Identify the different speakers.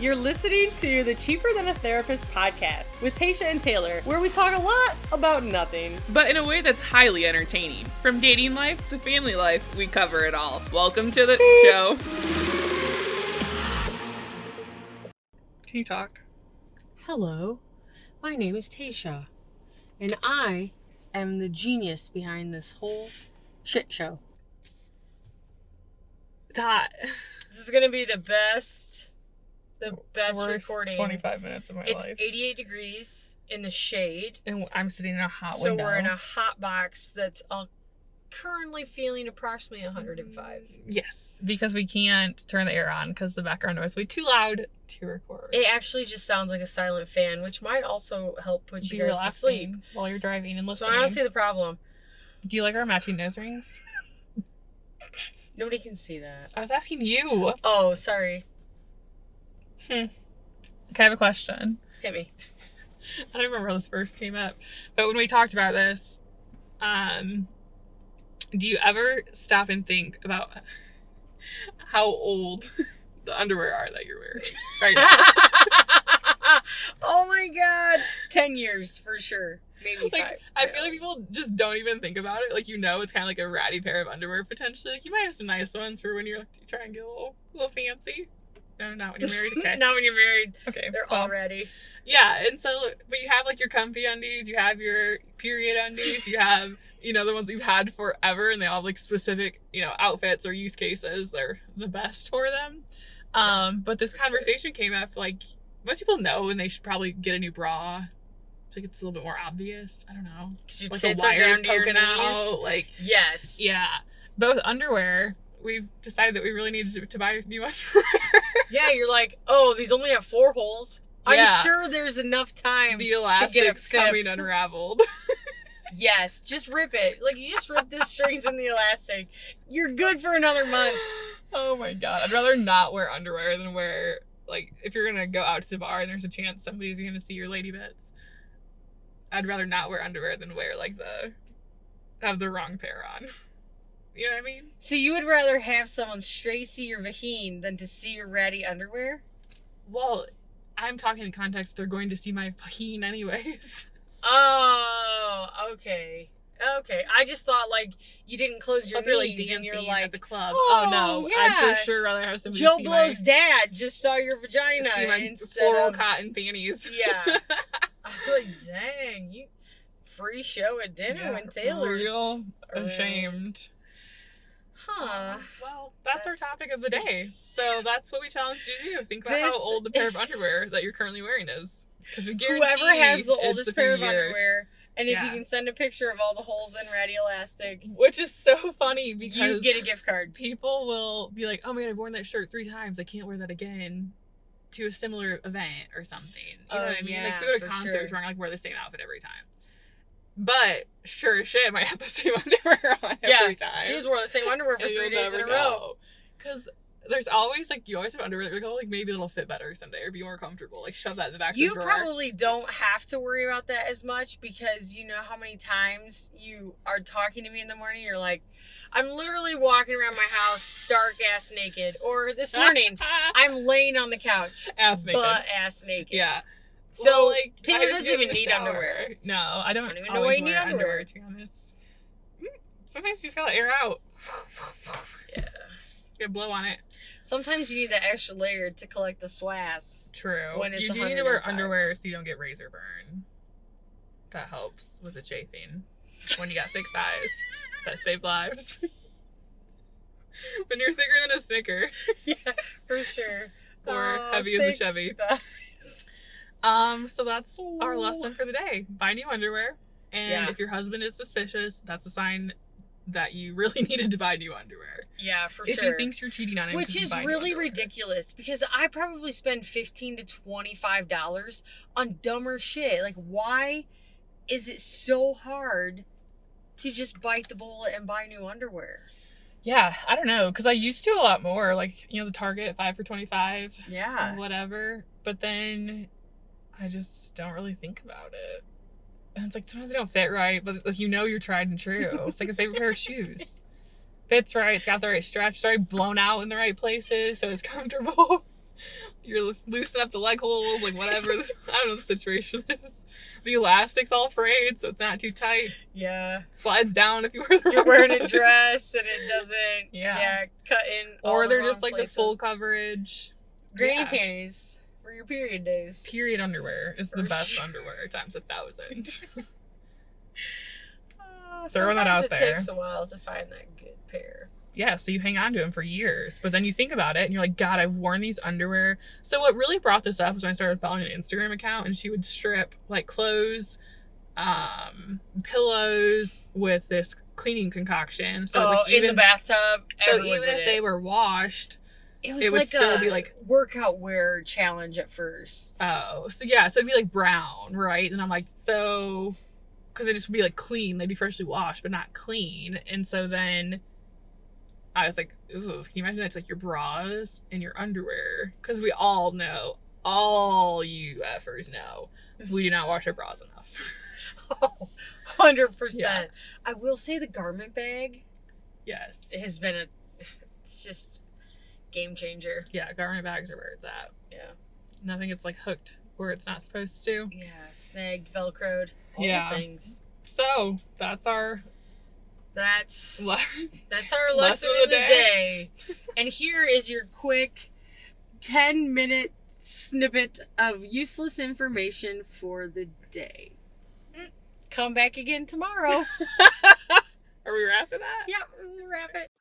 Speaker 1: You're listening to the Cheaper Than a Therapist podcast with Tasha and Taylor, where we talk a lot about nothing.
Speaker 2: but in a way that's highly entertaining. From dating life to family life, we cover it all. Welcome to the show. Can you talk?
Speaker 1: Hello, my name is Tasha, and I am the genius behind this whole shit show.
Speaker 2: Dot.
Speaker 1: This is gonna be the best, the best
Speaker 2: Worst
Speaker 1: recording.
Speaker 2: 25 minutes of my
Speaker 1: It's
Speaker 2: life.
Speaker 1: 88 degrees in the shade,
Speaker 2: and I'm sitting in a hot
Speaker 1: so
Speaker 2: window.
Speaker 1: we're in a hot box that's uh, currently feeling approximately 105.
Speaker 2: Yes, because we can't turn the air on because the background noise would be too loud to record.
Speaker 1: It actually just sounds like a silent fan, which might also help put
Speaker 2: be
Speaker 1: you guys to sleep.
Speaker 2: relaxing while you're driving and
Speaker 1: So
Speaker 2: listening.
Speaker 1: I don't see the problem.
Speaker 2: Do you like our matching nose rings?
Speaker 1: Nobody can see that.
Speaker 2: I was asking you.
Speaker 1: Oh, sorry.
Speaker 2: Okay, I have a question.
Speaker 1: Hit me.
Speaker 2: I don't remember when this first came up, but when we talked about this, um, do you ever stop and think about how old the underwear are that you're wearing right now?
Speaker 1: oh my god. 10 years for sure. Maybe
Speaker 2: Like,
Speaker 1: five.
Speaker 2: I feel like people just don't even think about it. Like you know, it's kind of like a ratty pair of underwear potentially. Like you might have some nice ones for when you're like, you try and get a little, little fancy. No, not when you're married. Okay,
Speaker 1: Not when you're married.
Speaker 2: okay,
Speaker 1: They're
Speaker 2: well,
Speaker 1: already.
Speaker 2: Yeah, and so but you have like your comfy undies, you have your period undies, you have you know the ones that you've had forever, and they all have like specific you know outfits or use cases. They're the best for them. Um, but this
Speaker 1: For sure.
Speaker 2: conversation came up like most people know, and they should probably get a new bra. It's like it's a little bit more obvious. I don't know,
Speaker 1: Because your
Speaker 2: like the
Speaker 1: tits are
Speaker 2: wires
Speaker 1: down to your
Speaker 2: poking
Speaker 1: knees.
Speaker 2: out, like
Speaker 1: Yes.
Speaker 2: yeah. Both underwear, we've decided that we really needed to, to buy new underwear.
Speaker 1: Yeah, you're like, oh, these only have four holes.
Speaker 2: Yeah.
Speaker 1: I'm sure there's enough time.
Speaker 2: the elastics coming
Speaker 1: fifth.
Speaker 2: unraveled.
Speaker 1: yes, just rip it. Like you just rip the strings in the elastic. You're good for another month.
Speaker 2: Oh my god. I'd rather not wear underwear than wear like if you're gonna go out to the bar and there's a chance somebody's gonna see your lady bits. I'd rather not wear underwear than wear like the have the wrong pair on. You know what I mean?
Speaker 1: So you would rather have someone stray see your vagine than to see your ratty underwear?
Speaker 2: Well, I'm talking in context they're going to see my fucking anyways.
Speaker 1: Oh, okay. Okay. I just thought like you didn't close your
Speaker 2: If you're like
Speaker 1: knees
Speaker 2: dancing
Speaker 1: and you're
Speaker 2: at
Speaker 1: like
Speaker 2: the club.
Speaker 1: "Oh,
Speaker 2: Oh, no.
Speaker 1: yeah."
Speaker 2: I'd for sure rather have somebody
Speaker 1: Joe
Speaker 2: see
Speaker 1: Blow's dad just saw your
Speaker 2: my,
Speaker 1: vagina
Speaker 2: see my
Speaker 1: instead
Speaker 2: floral
Speaker 1: of
Speaker 2: cotton panties.
Speaker 1: Yeah. I was like, dang, you free show at dinner
Speaker 2: Yeah,
Speaker 1: when Taylor's
Speaker 2: real
Speaker 1: around."
Speaker 2: ashamed.
Speaker 1: Huh.
Speaker 2: Well, Ah, that's, our
Speaker 1: That's-
Speaker 2: topic of the day. So that's what we challenge you to do. Think about
Speaker 1: This-
Speaker 2: how old the pair of underwear that you're currently wearing is. Because we guarantee
Speaker 1: Whoever has the
Speaker 2: it's a
Speaker 1: oldest
Speaker 2: few
Speaker 1: pair of
Speaker 2: years.
Speaker 1: underwear, and if you
Speaker 2: Yeah.
Speaker 1: can send a picture of all the holes in ratty elastic,
Speaker 2: which is so funny because
Speaker 1: you get a gift card.
Speaker 2: people will be like, "Oh my god, I've worn that shirt three times. I can't wear that again." To a similar event or something. You know
Speaker 1: Oh,
Speaker 2: what I mean? like,
Speaker 1: yeah,
Speaker 2: if we go to
Speaker 1: for
Speaker 2: concerts,
Speaker 1: sure.
Speaker 2: we're not gonna, like wear the same outfit every time. But sure as shit, I might have the same underwear on every time.
Speaker 1: She was wearing the same underwear for
Speaker 2: And
Speaker 1: three
Speaker 2: you'll
Speaker 1: days in a
Speaker 2: never
Speaker 1: row.
Speaker 2: know. Cause there's always like you always have underwear that you're like, oh, like maybe it'll fit better someday or be more comfortable. Like shove that in the back
Speaker 1: You
Speaker 2: of the drawer.
Speaker 1: probably don't have to worry about that as much because you know how many times you are talking to me in the morning. You're like, I'm literally walking around my house stark ass naked. Or this morning,
Speaker 2: Ah,
Speaker 1: I'm laying on the couch,
Speaker 2: ass naked.
Speaker 1: butt ass naked.
Speaker 2: yeah.
Speaker 1: So
Speaker 2: Well,
Speaker 1: like,
Speaker 2: I
Speaker 1: Taylor doesn't
Speaker 2: just get in
Speaker 1: even
Speaker 2: the
Speaker 1: need
Speaker 2: shower.
Speaker 1: underwear.
Speaker 2: No, I don't,
Speaker 1: don't even know
Speaker 2: always
Speaker 1: why you need
Speaker 2: wear
Speaker 1: underwear.
Speaker 2: underwear to be honest. Mm, Sometimes you just gotta air out.
Speaker 1: Yeah.
Speaker 2: Get blow on it.
Speaker 1: Sometimes you need that extra layer to collect the swass.
Speaker 2: True.
Speaker 1: When it's
Speaker 2: you do need to wear
Speaker 1: 105.
Speaker 2: underwear so you don't get razor burn. That helps with the chafing. When you got thick thighs. That saved lives. when you're thicker than a Snicker
Speaker 1: yeah, for sure.
Speaker 2: or
Speaker 1: Oh,
Speaker 2: heavy as a
Speaker 1: thick
Speaker 2: Chevy.
Speaker 1: thighs.
Speaker 2: Um, so that's our
Speaker 1: So-
Speaker 2: lesson for the day. Buy new underwear. And
Speaker 1: Yeah.
Speaker 2: if your husband is suspicious, that's a sign that you really needed to buy new underwear.
Speaker 1: Yeah, for
Speaker 2: if
Speaker 1: sure.
Speaker 2: he thinks you're cheating on him,
Speaker 1: Which
Speaker 2: you
Speaker 1: is
Speaker 2: buy new
Speaker 1: really
Speaker 2: underwear.
Speaker 1: ridiculous because I probably spend fifteen to twenty-five dollars on dumber shit. Like, why is it so hard to just bite the bullet and buy new underwear?
Speaker 2: Yeah, I don't know, because I used to a lot more, like you know, the Target five for twenty-five.
Speaker 1: Yeah,
Speaker 2: whatever. But then I just don't really think about it. And it's like sometimes they don't fit right, but like you know you're tried and true. It's like a favorite pair of shoes. Fits right, it's got the right stretch, it's already blown out in the right places, so it's comfortable. You're loosening up the leg holes, like whatever. I don't know what the situation is. The elastic's all frayed, so it's not too tight.
Speaker 1: Yeah.
Speaker 2: Slides down if you wear the
Speaker 1: You're
Speaker 2: wrong
Speaker 1: wearing a
Speaker 2: dress.
Speaker 1: dress and it doesn't
Speaker 2: Yeah.
Speaker 1: yeah, cut in. all
Speaker 2: Or
Speaker 1: the
Speaker 2: they're
Speaker 1: wrong
Speaker 2: just like the full
Speaker 1: places.
Speaker 2: coverage.
Speaker 1: Granny
Speaker 2: Yeah.
Speaker 1: panties for your period days.
Speaker 2: Period underwear is the
Speaker 1: For
Speaker 2: best
Speaker 1: sure.
Speaker 2: underwear times a thousand.
Speaker 1: Uh,
Speaker 2: Throwing that
Speaker 1: sometimes
Speaker 2: out
Speaker 1: it
Speaker 2: there.
Speaker 1: takes a while to find that good pair.
Speaker 2: yeah, so you hang on to them for years. But then you think about it and you're like, God, I've worn these underwear. So what really brought this up was when I started following an Instagram account and she would strip like clothes, um, pillows with this cleaning concoction. So like, even,
Speaker 1: Oh, bathtub.
Speaker 2: so even if they were washed,
Speaker 1: it was
Speaker 2: it would
Speaker 1: like
Speaker 2: still
Speaker 1: a
Speaker 2: be, like-
Speaker 1: workout wear challenge at first.
Speaker 2: oh, so yeah, so it'd be like brown, right? And I'm like, so because they just would be like clean, they'd be freshly washed, but not clean. And so then I was like, ooh, can you imagine that's like your bras and your underwear? Because we all know, all you effers know, we do not wash our bras enough.
Speaker 1: Oh, 100%.
Speaker 2: Yeah.
Speaker 1: I will say the garment bag
Speaker 2: yes.
Speaker 1: has been a it's just game changer.
Speaker 2: Yeah, garment bags are where it's at.
Speaker 1: Yeah.
Speaker 2: Nothing gets like hooked where it's not supposed to.
Speaker 1: Yeah, snagged, velcroed, all
Speaker 2: Yeah.
Speaker 1: the things.
Speaker 2: So that's our
Speaker 1: That's
Speaker 2: le-
Speaker 1: that's our lesson,
Speaker 2: Lesson of
Speaker 1: of
Speaker 2: the
Speaker 1: the day. and here is your quick 10 minute snippet of useless information for the day.
Speaker 2: Mm.
Speaker 1: Come back again tomorrow.
Speaker 2: Are we wrapping that?
Speaker 1: yep, wrap it.